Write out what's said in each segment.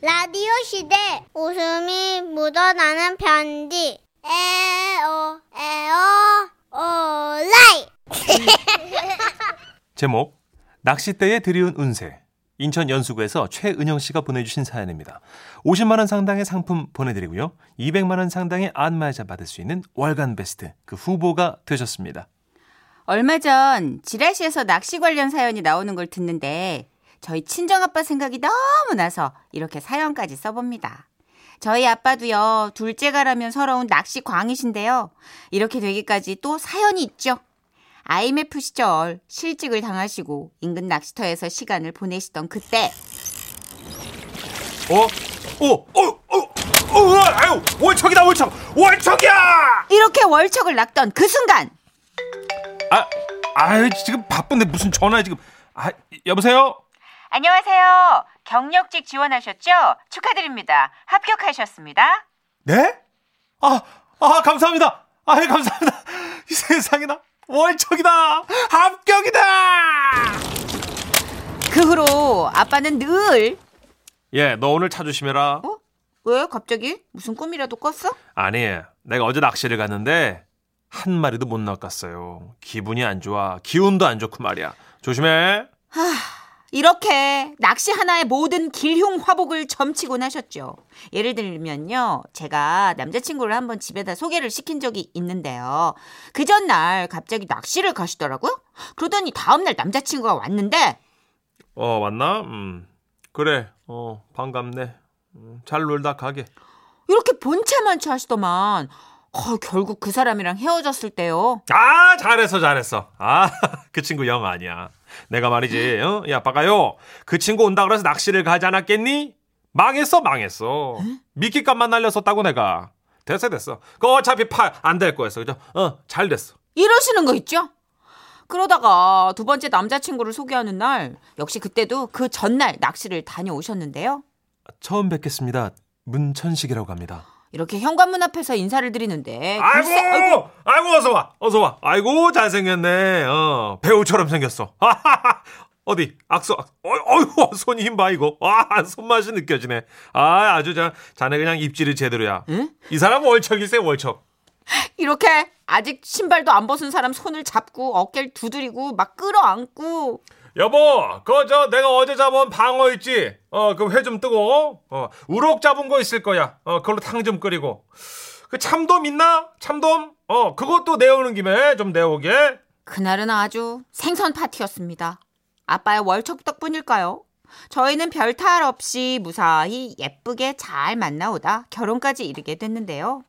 라디오 시대 웃음이 묻어나는 편지 에어 에어 오라이 제목 낚싯대에 들이운 운세 인천 연수구에서 최은영 씨가 보내주신 사연입니다. 50만 원 상당의 상품 보내드리고요. 200만 원 상당의 안마자 받을 수 있는 월간 베스트 그 후보가 되셨습니다. 얼마 전 지라시에서 낚시 관련 사연이 나오는 걸 듣는데 저희 친정아빠 생각이 너무 나서 이렇게 사연까지 써봅니다. 저희 아빠도요, 둘째가라면 서러운 낚시 광이신데요. 이렇게 되기까지 또 사연이 있죠. IMF 시절 실직을 당하시고 인근 낚시터에서 시간을 보내시던 그때 어? 어? 어? 어? 어? 으아! 아유! 월척이다 월척! 월척이야! 이렇게 월척을 낚던 그 순간 아, 아유 지금 바쁜데 무슨 전화 지금? 아, 여보세요? 안녕하세요. 경력직 지원하셨죠? 축하드립니다. 합격하셨습니다. 네? 아, 아 감사합니다. 아, 감사합니다. 이 세상에나 월척이다. 합격이다. 그 후로 아빠는 늘 예, 너 오늘 차 조심해라. 어? 왜 갑자기 무슨 꿈이라도 꿨어? 아니, 내가 어제 낚시를 갔는데 한 마리도 못 낚았어요. 기분이 안 좋아. 기운도 안 좋고 말이야. 조심해. 이렇게 낚시 하나의 모든 길흉 화복을 점치곤 하셨죠. 예를 들면요. 제가 남자친구를 한번 집에다 소개를 시킨 적이 있는데요. 그 전날 갑자기 낚시를 가시더라고요. 그러더니 다음날 남자친구가 왔는데 어, 왔나? 음. 그래. 어, 반갑네. 음, 잘 놀다 가게. 이렇게 본체만치 하시더만 어, 결국 그 사람이랑 헤어졌을 때요. 아 잘했어 잘했어 아 그 친구 영 아니야 내가 말이지 어? 야 바가요 그 친구 온다 그래서 낚시를 가지 않았겠니 망했어 망했어 미끼값만 날렸었다고 내가 됐어 됐어 그 어차피 파 안 될 거였어 그죠 어 잘 됐어 이러시는 거 있죠? 그러다가 두 번째 남자친구를 소개하는 날 역시 그때도 그 전날 낚시를 다녀오셨는데요. 처음 뵙겠습니다 문천식이라고 합니다 이렇게 현관문 앞에서 인사를 드리는데 아이고 네, 글쎄- 아이고, 아이고, 어서 와 어서 와 아이고 잘생겼네 어 배우처럼 생겼어 어디 악수 악수. 어이, 어이구 손이 힘 봐 이거 아 손맛이 느껴지네 아 아주 자 자네 그냥 입질이 제대로야 응? 이 사람 월척이세 월척 이렇게 아직 신발도 안 벗은 사람 손을 잡고 어깨를 두드리고 막 끌어안고 여보 그저 내가 어제 잡은 방어 있지 어 그 회 좀 뜨고 어 우럭 잡은 거 있을 거야 어 그걸로 탕 좀 끓이고 그 참돔 있나 참돔 어 그것도 내오는 김에 좀 내오게 그날은 아주 생선 파티였습니다. 아빠의 월척 덕분일까요? 저희는 별 탈 없이 무사히 예쁘게 잘 만나오다 결혼까지 이르게 됐는데요.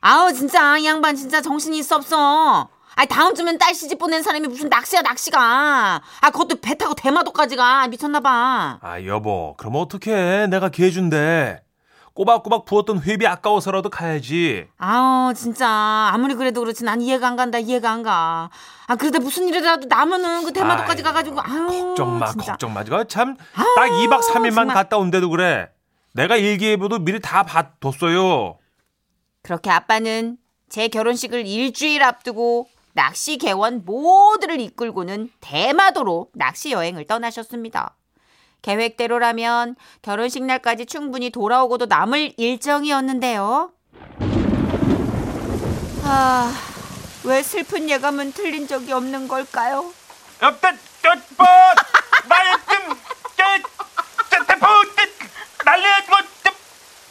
아우 진짜 이 양반 진짜 정신이 있어 없어. 아 다음 주면 딸 시집 보낸 사람이 무슨 낚시야 낚시가. 아 그것도 배 타고 대마도까지 가 미쳤나 봐. 아 여보 그럼 어떡해 내가 개준데 꼬박꼬박 부었던 회비 아까워서라도 가야지 아우 진짜 아무리 그래도 그렇지 난 이해가 안 간다 이해가 안 가. 아 그러다 무슨 일이라도 나면은 그 대마도까지 아이고, 가가지고 아유 걱정 마 어, 진짜. 아, 걱정 마 이거 참딱 2박 3일만 정말. 갔다 온데도 그래 내가 일기예보도 미리 다 봐뒀어요 그렇게 아빠는 제 결혼식을 일주일 앞두고 낚시 개원 모두를 이끌고는 대마도로 낚시 여행을 떠나셨습니다. 계획대로라면 결혼식 날까지 충분히 돌아오고도 남을 일정이었는데요. 아, 왜 슬픈 예감은 틀린 적이 없는 걸까요? 옆에 쫓봇 나의 뜸 대포 날려주고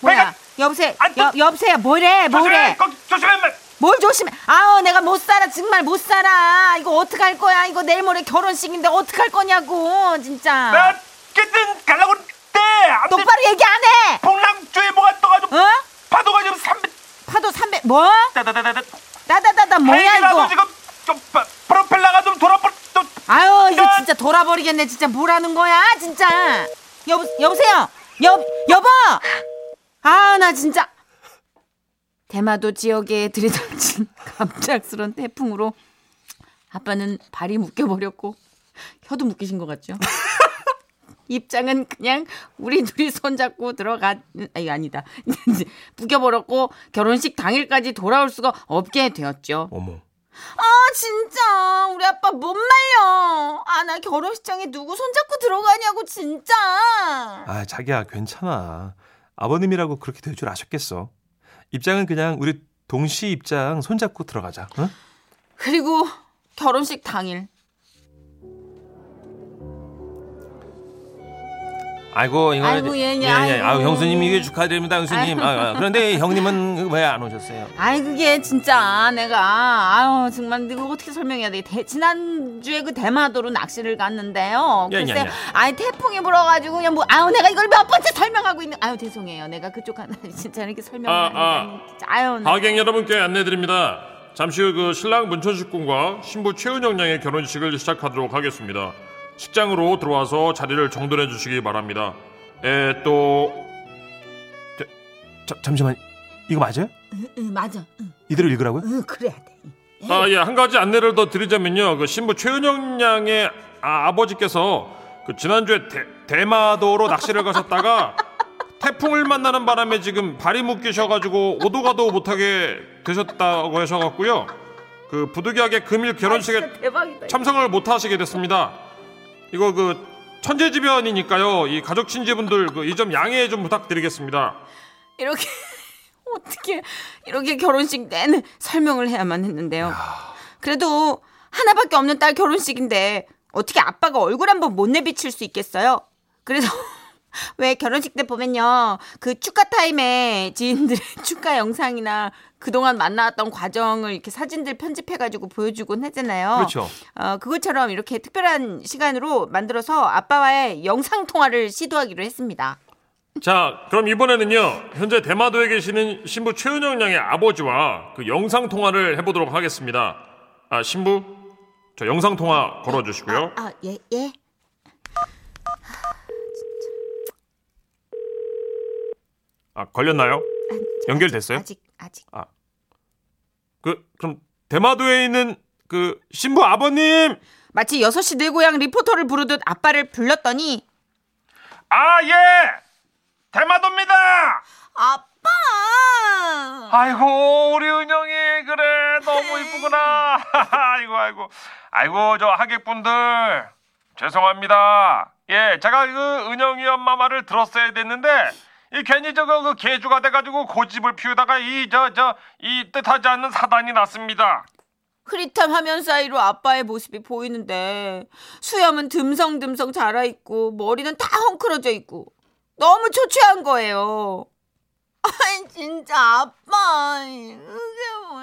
뭐야? 여보세요? 안 여, 여보세요? 뭐래? 어. 뭐래? 조심해 뭘 조심해? 아우 내가 못 살아 정말 못 살아. 이거 어떡할 거야? 이거 내일 모레 결혼식인데 어떡할 거냐고 진짜. 그땐 갈라고 때안 똑바로 얘기 안 해. 폭랑주의 뭐가 떠가지고 어? 파도가 지금 3 파도 300 뭐? 따다다다다 따다다다 뭐야 헬기라도 이거? 지금 좀 파- 프로펠러가 좀 돌아버려 또- 아유 이거 진짜 돌아버리겠네 진짜 뭐라는 거야 진짜. 여보 여보세요? 여 여보? 아 나 진짜 대마도 지역에 들이닥친 갑작스런 태풍으로 아빠는 발이 묶여버렸고 혀도 묶이신 것 같죠? 입장은 그냥 우리 둘이 손잡고 들어가 아니 아니다 묶여버렸고 결혼식 당일까지 돌아올 수가 없게 되었죠. 어머 아 진짜 우리 아빠 못 말려. 아 나 결혼식장에 누구 손잡고 들어가냐고 진짜. 아 아, 자기야, 괜찮아. 아버님이라고 그렇게 될 줄 아셨겠어. 입장은 그냥 우리 동시 입장 손잡고 들어가자. 응? 그리고 결혼식 당일 아이고, 이거 아이고, 예, 예, 아이고. 아유, 형수님 이게 축하드립니다, 형수님. 아유. 아, 아, 그런데 형님은 왜 안 오셨어요? 아이 그게 진짜 내가 아유 정말 이거 어떻게 설명해야 돼 대- 지난주에 그 대마도로 낚시를 갔는데요 야, 야, 글쎄 야. 아이 태풍이 불어가지고 그냥 뭐 아유 내가 이걸 몇 번째 설명하고 있는 아유 죄송해요 내가 그쪽 하나 진짜 이렇게 설명을 아, 하는 진짜 아유 나- 하객 여러분께 안내드립니다. 잠시 후 그 신랑 문천식 군과 신부 최은영 양의 결혼식을 시작하도록 하겠습니다. 식장으로 들어와서 자리를 정돈해 주시기 바랍니다. 에, 또 자, 잠시만, 이거 맞아요? 응, 맞아 응, 이대로 읽으라고요? 응 그래야 돼 아, 예, 한 가지 안내를 더 드리자면요. 그 신부 최은영 양의 아, 버지께서그 지난주에 대, 마도로 낚시를 가셨다가 태풍을 만나는 바람에 지금 발이 묶이셔가지고 오도가도 못하게 되셨다고 하셔갖고요. 그 부득이하게 금일 결혼식에 진짜 대박이다 참석을 못 하시게 됐습니다. 이거 그 천재지변이니까요. 이 가족 친지분들 그 이 점 양해 좀 부탁드리겠습니다. 이렇게 어떻게 이렇게 결혼식 내내 설명을 해야만 했는데요. 그래도 하나밖에 없는 딸 결혼식인데 어떻게 아빠가 얼굴 한번 못 내비칠 수 있겠어요? 그래서 왜 결혼식 때 보면요 그 축하 타임에 지인들의 축하 영상이나 그동안 만나왔던 과정을 이렇게 사진들 편집해가지고 보여주곤 하잖아요. 그렇죠. 어, 그것처럼 이렇게 특별한 시간으로 만들어서 아빠와의 영상 통화를 시도하기로 했습니다. 자, 그럼 이번에는요. 현재 대마도에 계시는 신부 최은영 양의 아버지와 그 영상 통화를 해보도록 하겠습니다. 아, 신부, 저 영상 통화 걸어주시고요. 아, 예, 예. 아, 걸렸나요? 아, 연결됐어요? 아직 아직 그 그럼 대마도에 있는 그 신부 아버님. 네! 마치 6시 내 고향 리포터를 부르듯 아빠를 불렀더니 아, 예. 대마도입니다. 아빠 아이고 우리 은영이 그래 너무 이쁘구나 아이고 아이고 아이고 저 하객분들 죄송합니다 예 제가 그 은영이 엄마 말을 들었어야 됐는데 이 괜히 저거 그 개주가 돼가지고 고집을 피우다가 이 저 저 이 뜻하지 않는 사단이 났습니다 흐릿한 화면 사이로 아빠의 모습이 보이는데 수염은 듬성듬성 자라있고 머리는 다 헝클어져 있고 너무 초췌한 거예요 아이 진짜 아빠 이게 뭐,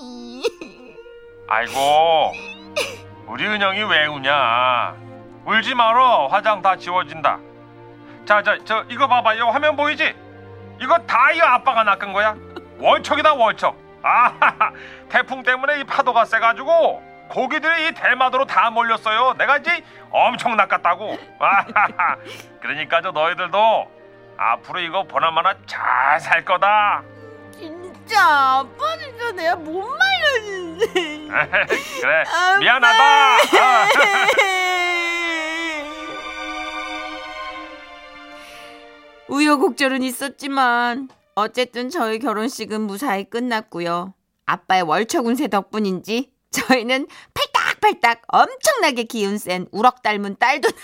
뭐야 아이고 우리 은영이 왜 우냐 울지 마라 화장 다 지워진다 자 자 저 이거 봐봐 이거 화면 보이지 이거 다 이 아빠가 낚은 거야 월척이다 월척 아 태풍 때문에 이 파도가 세가지고 고기들이 이 대마도로 다 몰렸어요 내가 이제 엄청 낚았다고 아 그러니까 저 너희들도 앞으로 이거 보나마나 잘 살 거다 진짜 아빠 진짜 내가 못 말렸는데 그래 미안하다 아. 우여곡절은 있었지만 어쨌든 저희 결혼식은 무사히 끝났고요. 아빠의 월척운세 덕분인지 저희는 팔딱팔딱 엄청나게 기운 센 우럭 닮은 딸도 낳-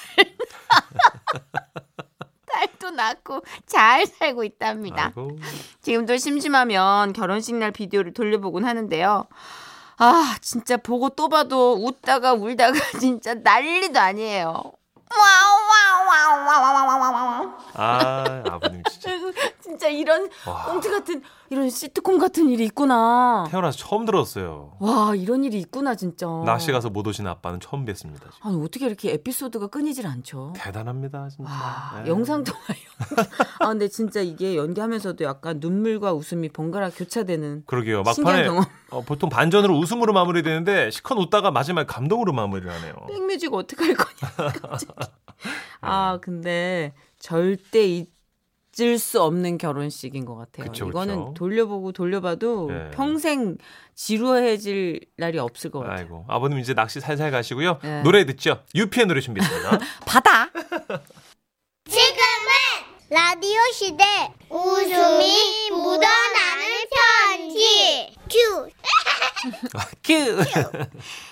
딸도 낳고 잘 살고 있답니다. 아이고. 지금도 심심하면 결혼식 날 비디오를 돌려보곤 하는데요. 아, 진짜 보고 또 봐도 웃다가 울다가 진짜 난리도 아니에요. 와와와와와와와와와. 아, 아버님 진짜. 진짜 이런 와. 꽁트 같은 이런 시트콤 같은 일이 있구나. 태어나서 처음 들었어요. 와, 이런 일이 있구나 진짜. 낚시 가서 못 오신 아빠는 처음 뵀습니다. 지금. 아니 어떻게 이렇게 에피소드가 끊이질 않죠? 대단합니다, 진짜. 와, 예. 어. 아, 영상 통화. 연기. 아, 근데 진짜 이게 연기하면서도 약간 눈물과 웃음이 번갈아 교차되는 그러게요. 신기한 막판에 경험. 어, 보통 반전으로 웃음으로 마무리되는데 시컨 웃다가 마지막에 감동으로 마무리를 하네요. 백뮤직 어떻게 할 거냐 갑자기. 네. 아 근데 절대 잊을 수 없는 결혼식인 것 같아요. 그쵸, 그쵸. 이거는 돌려보고 돌려봐도 예. 평생 지루해질 날이 없을 것 같아요. 아이고 아버님 이제 낚시 살살 가시고요. 네. 노래 듣죠. 유피의 노래 준비했습니다. 바다 지금은 라디오 시대 웃음이 묻어나는 편지 큐 큐.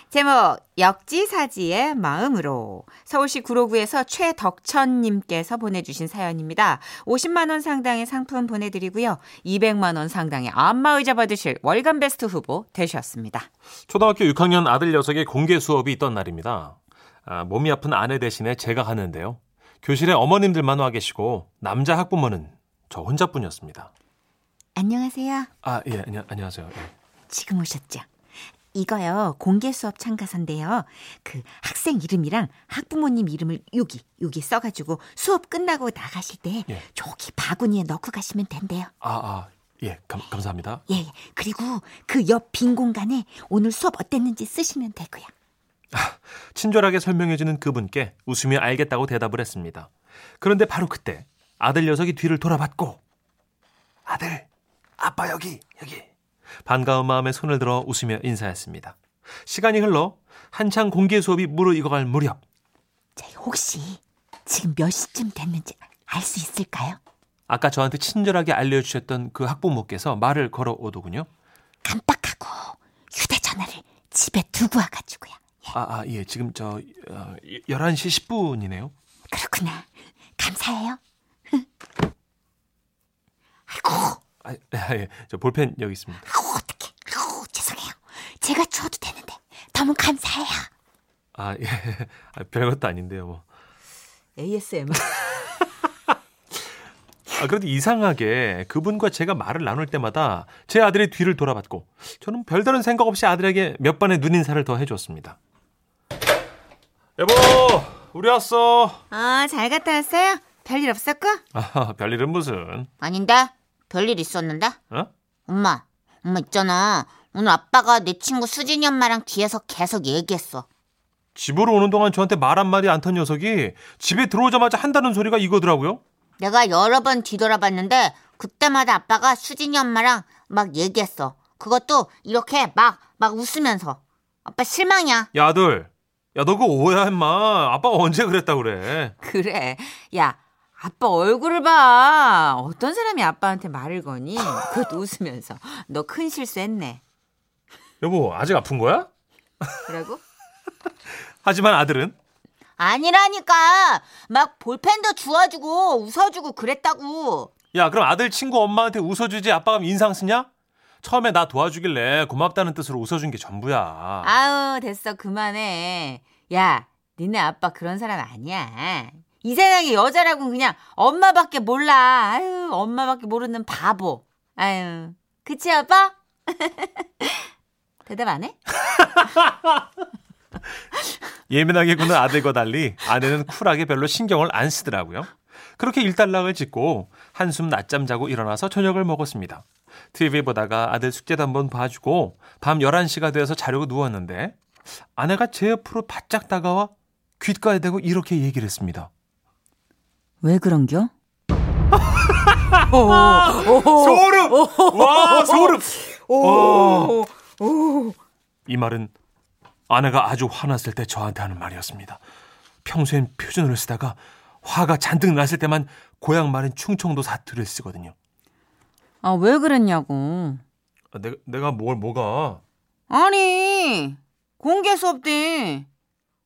제목 역지사지의 마음으로 서울시 구로구에서 최덕천 님께서 보내주신 사연입니다. 50만 원 상당의 상품 보내드리고요. 200만 원 상당의 안마의자 받으실 월간 베스트 후보 되셨습니다. 초등학교 6학년 아들 녀석의 공개 수업이 있던 날입니다. 아, 몸이 아픈 아내 대신에 제가 하는데요. 교실에 어머님들만 와 계시고 남자 학부모는 저 혼자뿐이었습니다. 안녕하세요. 아, 예, 안녕, 안녕하세요. 예. 지금 오셨죠? 이거요 공개 수업 참가서인데요. 그 학생 이름이랑 학부모님 이름을 여기 여기 써가지고 수업 끝나고 나가실 때 예. 저기 바구니에 넣고 가시면 된대요. 아, 아, 예, 감, 감사합니다. 예, 예. 그리고 그 옆 빈 공간에 오늘 수업 어땠는지 쓰시면 되고요. 친절하게 설명해주는 그분께 웃으며 알겠다고 대답을 했습니다. 그런데 바로 그때 아들 녀석이 뒤를 돌아봤고 아들, 아빠 여기, 여기. 반가운 마음에 손을 들어 웃으며 인사했습니다. 시간이 흘러 한창 공개 수업이 무르익어갈 무렵 저희 혹시 지금 몇 시쯤 됐는지 알 수 있을까요? 아까 저한테 친절하게 알려주셨던 그 학부모께서 말을 걸어오더군요. 깜빡하고 휴대전화를 집에 두고 와가지고요. 아, 아, 예, 지금 저 어, 11시 10분이네요. 그렇구나. 감사해요. 아이고, 아, 예, 저 볼펜 여기 있습니다. 아우 어떡해. 아우 죄송해요. 제가 줘도 되는데 너무 감사해요. 아, 예, 아, 별것도 아닌데요, 뭐. ASMR. 아, 그래도 이상하게 그분과 제가 말을 나눌 때마다 제 아들의 뒤를 돌아봤고 저는 별다른 생각 없이 아들에게 몇 번의 눈인사를 더 해줬습니다. 여보, 우리 왔어. 아, 잘 갔다 왔어요? 별일 없었고? 아, 별일은 무슨? 아닌데? 별일 있었는데? 어? 엄마, 엄마 있잖아. 오늘 아빠가 내 친구 수진이 엄마랑 뒤에서 계속 얘기했어. 집으로 오는 동안 저한테 말 한마디 안 탄 녀석이 집에 들어오자마자 한다는 소리가 이거더라고요. 내가 여러 번 뒤돌아봤는데 그때마다 아빠가 수진이 엄마랑 막 얘기했어. 그것도 이렇게 막, 막 웃으면서. 아빠 실망이야. 야, 아들. 야, 너 그거 오해야, 임마. 아빠가 언제 그랬다 그래. 그래. 야, 아빠 얼굴을 봐. 어떤 사람이 아빠한테 말을 거니? 그것도 웃으면서. 너 큰 실수했네. 여보, 아직 아픈 거야? 그러고? 하지만 아들은 아니라니까. 막 볼펜도 주워주고 웃어주고 그랬다고. 야, 그럼 아들 친구 엄마한테 웃어주지 아빠가 인상 쓰냐? 처음에 나 도와주길래 고맙다는 뜻으로 웃어준 게 전부야. 아우, 됐어. 그만해. 야, 니네 아빠 그런 사람 아니야. 이 세상에 여자라고는 그냥 엄마밖에 몰라. 아유, 엄마밖에 모르는 바보. 아유, 그치, 아빠? 대답 안 해? 예민하게 구는 아들과 달리 아내는 쿨하게 별로 신경을 안 쓰더라고요. 그렇게 일단락을 짓고 한숨 낮잠 자고 일어나서 저녁을 먹었습니다. TV 보다가 아들 숙제도 한번 봐주고 밤 11시가 되어서 자려고 누웠는데 아내가 제 옆으로 바짝 다가와 귓가에 대고 이렇게 얘기를 했습니다. 왜 그런겨? 오, 소름! 와, 소름! 오, 오. 이 말은 아내가 아주 화났을 때 저한테 하는 말이었습니다. 평소엔 표준어를 쓰다가 화가 잔뜩 났을 때만 고향 말인 충청도 사투리를 쓰거든요. 아, 왜 그랬냐고. 아, 내가, 내가 뭘 뭐가 아니, 공개 수업 때,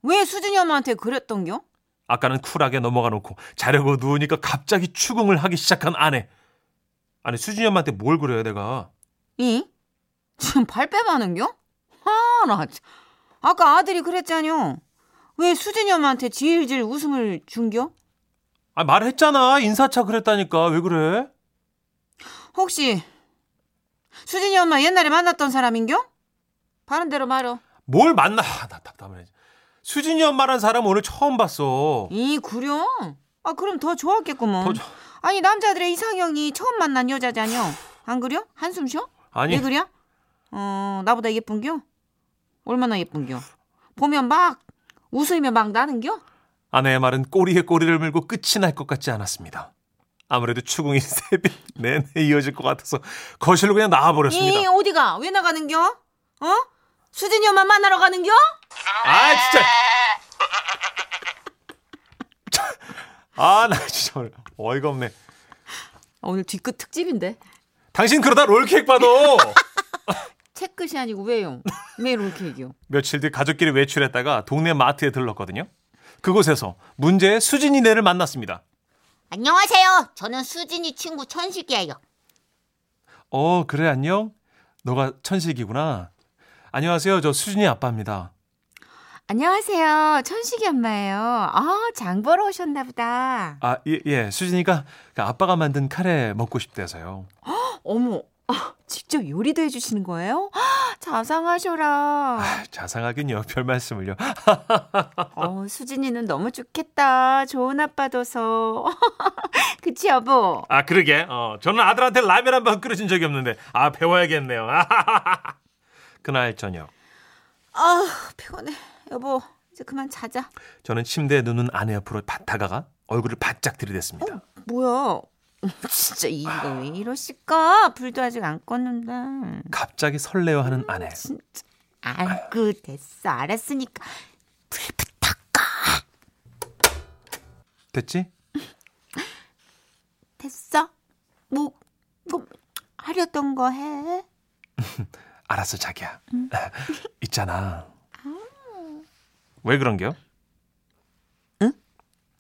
왜 수진이 엄마한테 그랬던겨? 아까는 쿨하게 넘어가 놓고 자려고 누우니까 갑자기 추궁을 하기 시작한 아내. 아니 수진이 엄마한테 뭘 그래요 내가. 이? 지금 발뺌하는겨 아, 나, 참. 아까 아들이 그랬잖여. 왜 수진이 엄마한테 질질 웃음을 준겨? 아 말했잖아 인사차 그랬다니까 왜 그래? 혹시, 수진이 엄마 옛날에 만났던 사람인겨? 바른대로 말어. 뭘 만나 아, 나 답답해. 수진이 엄마란 사람 오늘 처음 봤어. 이, 구려? 아, 그럼 더 좋았겠구먼. 더 좋- 아니, 남자들의 이상형이 처음 만난 여자자녀. 안 그려? 한숨 쉬어? 아니 왜 그래? 어 나보다 예쁜겨? 얼마나 예쁜겨? 보면 막 웃으면 막 나는겨? 아내의 말은 꼬리에 꼬리를 물고 끝이 날 것 같지 않았습니다. 아무래도 추궁이 세배 내내 이어질 것 같아서 거실로 그냥 이 나와버렸습니다. 어디가? 왜 나가는겨? 어? 수진이 엄마 만나러 가는겨? 아 진짜. 아 나 진짜 오늘 어이가 없네. 오늘 뒤끝 특집인데. 당신 그러다 롤케이크 받아. 책 끝이 아니고 왜요? 왜 이렇게 얘기요? 며칠 뒤 가족끼리 외출했다가 동네 마트에 들렀거든요. 그곳에서 문제의 수진이네를 만났습니다. 안녕하세요. 저는 수진이 친구 천식이에요. 어, 그래, 안녕? 너가 천식이구나. 안녕하세요. 저 수진이 아빠입니다. 안녕하세요. 천식이 엄마예요. 아, 장 보러 오셨나 보다. 아, 예, 예. 수진이가 그 아빠가 만든 카레 먹고 싶대서요. 어머, 아, 직접 요리도 해주시는 거예요? 아, 자상하셔라. 아, 자상하긴요. 별 말씀을요. 어, 수진이는 너무 좋겠다. 좋은 아빠 둬서. 그치, 여보? 아, 그러게. 어, 저는 아들한테 라면 한 번 끓여준 적이 없는데, 아, 배워야겠네요. 그날 저녁, 아, 피곤해. 여보, 이제 그만 자자. 저는 침대에 누는 아내 옆으로 바- 다가가 얼굴을 바짝 들이댔습니다. 뭐야? 진짜 이거 왜 이러실까? 불도 아직 안 껐는데. 갑자기 설레어하는 아내. 아이고, 그, 됐어. 알았으니까. 됐지? 됐어? 뭐, 뭐 하려던 거 해? 알았어, 자기야. 있잖아. 왜 그런 게요? 응?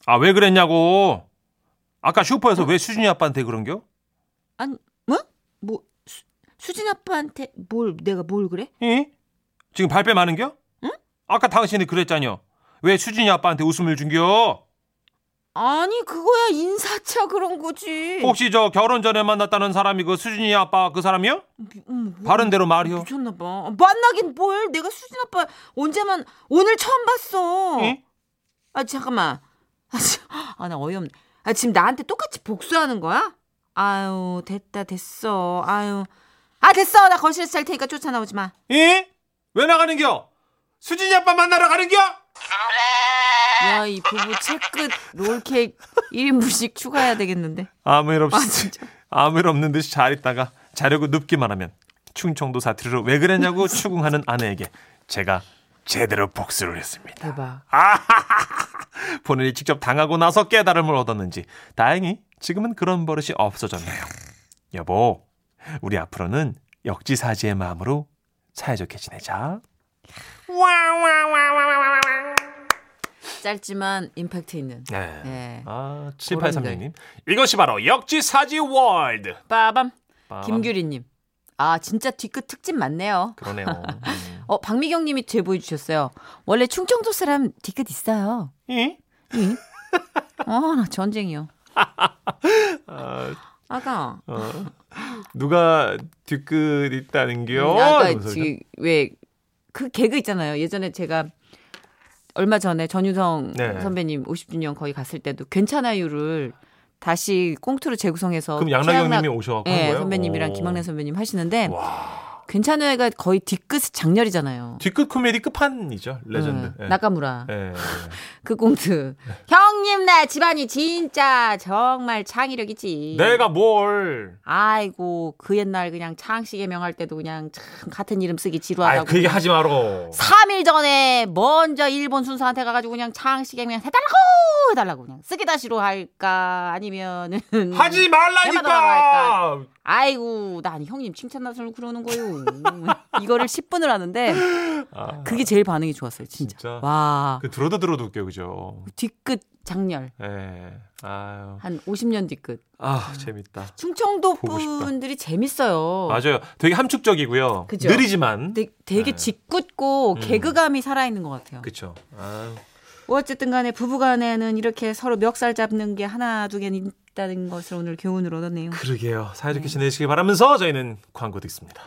아, 왜 그랬냐고. 아까 슈퍼에서 왜 수진이 아빠한테 그런 게요? 아니, 뭐? 뭐, 수, 수진 아빠한테 뭘, 내가 뭘 그래? 응? 지금 발뺌 하는 겨? 응? 아까 당신이 그랬잖여. 왜 수진이 아빠한테 웃음을 준겨? 아니, 그거야 인사차 그런 거지. 혹시 저 결혼 전에 만났다는 사람이 그 수진이 아빠 그 사람이요? 미- 어머, 뭐, 바른 대로 말이요. 미쳤나 봐. 아, 만나긴 뭘? 내가 수진 아빠 언제만 오늘 처음 봤어. 응? 아 잠깐만. 아, 참. 아, 나 어이없네. 아, 지금 나한테 똑같이 복수하는 거야? 아유, 됐다, 됐어. 아유. 아, 됐어. 나 거실에서 잘 테니까 쫓아나오지 마. 응? 왜 나가는겨? 수진이 아빠 만나러 가는겨? 야, 이 부부 채끝 롤케이크 1인분씩 추가해야 되겠는데. 아무 일 없이 아, 진짜. 아무 일 없는 듯이 잘 있다가 자려고 눕기만 하면 충청도 사투리로 왜 그랬냐고 추궁하는 아내에게 제가 제대로 복수를 했습니다. 대박. 본인이 직접 당하고 나서 깨달음을 얻었는지 다행히 지금은 그런 버릇이 없어졌네요. 여보, 우리 앞으로는 역지사지의 마음으로 사이좋게 지내자. 짧지만 임팩트 있는. 네. 네. 아, 7836님. 이것이 바로 역지사지 월드. 빠밤. 빠밤. 김규리 님. 아, 진짜 뒤끝 특집 맞네요. 그러네요. 음. 어, 박미경 님이 제보해 주셨어요. 원래 충청도 사람 뒤끝 있어요. 이? 어, 나 전쟁이요. 아, 아가. 어. 누가 뒤끝 있다는 게요? 음, 아까 이런 뭐 소리죠. 지금 왜그 개그 있잖아요. 예전에 제가 얼마 전에 전유성 네. 선배님 50주년 거기 갔을 때도 괜찮아요를 다시 꽁트로 재구성해서 그럼 양락영 님이 최양락- 오셔갖고 한 예, 거예요? 선배님이랑 오. 김학래 선배님 하시는데 와. 괜찮아요가 거의 뒤끝 장렬이잖아요. 뒤끝 코미디 끝판이죠. 레전드. 응, 예. 음, 나카무라 예. 그 꽁트 형님 네 집안이 진짜 정말 창의력이지. 내가 뭘. 아이고 그 옛날 그냥 창씨 개명할 때도 그냥 참 같은 이름 쓰기 아, 뭐 지루하다고. 그 얘기 하지 마라. 3일 전에 먼저 일본 순서한테 가가지고 그냥 창씨에 그냥 해달라고 해달라고 그냥 쓰기다시로 할까 아니면은 음. 하지 해마다 말라니까. 나갈까? 아이고 난 형님 칭찬나서는 그러는 거요 이거를 10분을 하는데 아, 그게 제일 반응이 좋았어요 진짜, 진짜? 와 그 들어도 들어도 웃겨 그죠. 뒤끝 장렬 예. 아유. 한 50년 뒤끝 아, 재밌다. 충청도 보고 싶다. 분들이 재밌어요 맞아요. 되게 함축적이고요. 그죠? 느리지만. 되, 되게 네. 짓궂고 개그감이 살아있는 것 같아요 그쵸. 아유. 뭐 어쨌든 간에 부부간에는 이렇게 서로 멱살 잡는 게 하나 두 개는 있다는 것을 오늘 교훈을 얻었네요. 그러게요. 사이좋게 지내시길 바라면서 저희는 광고 듣습니다.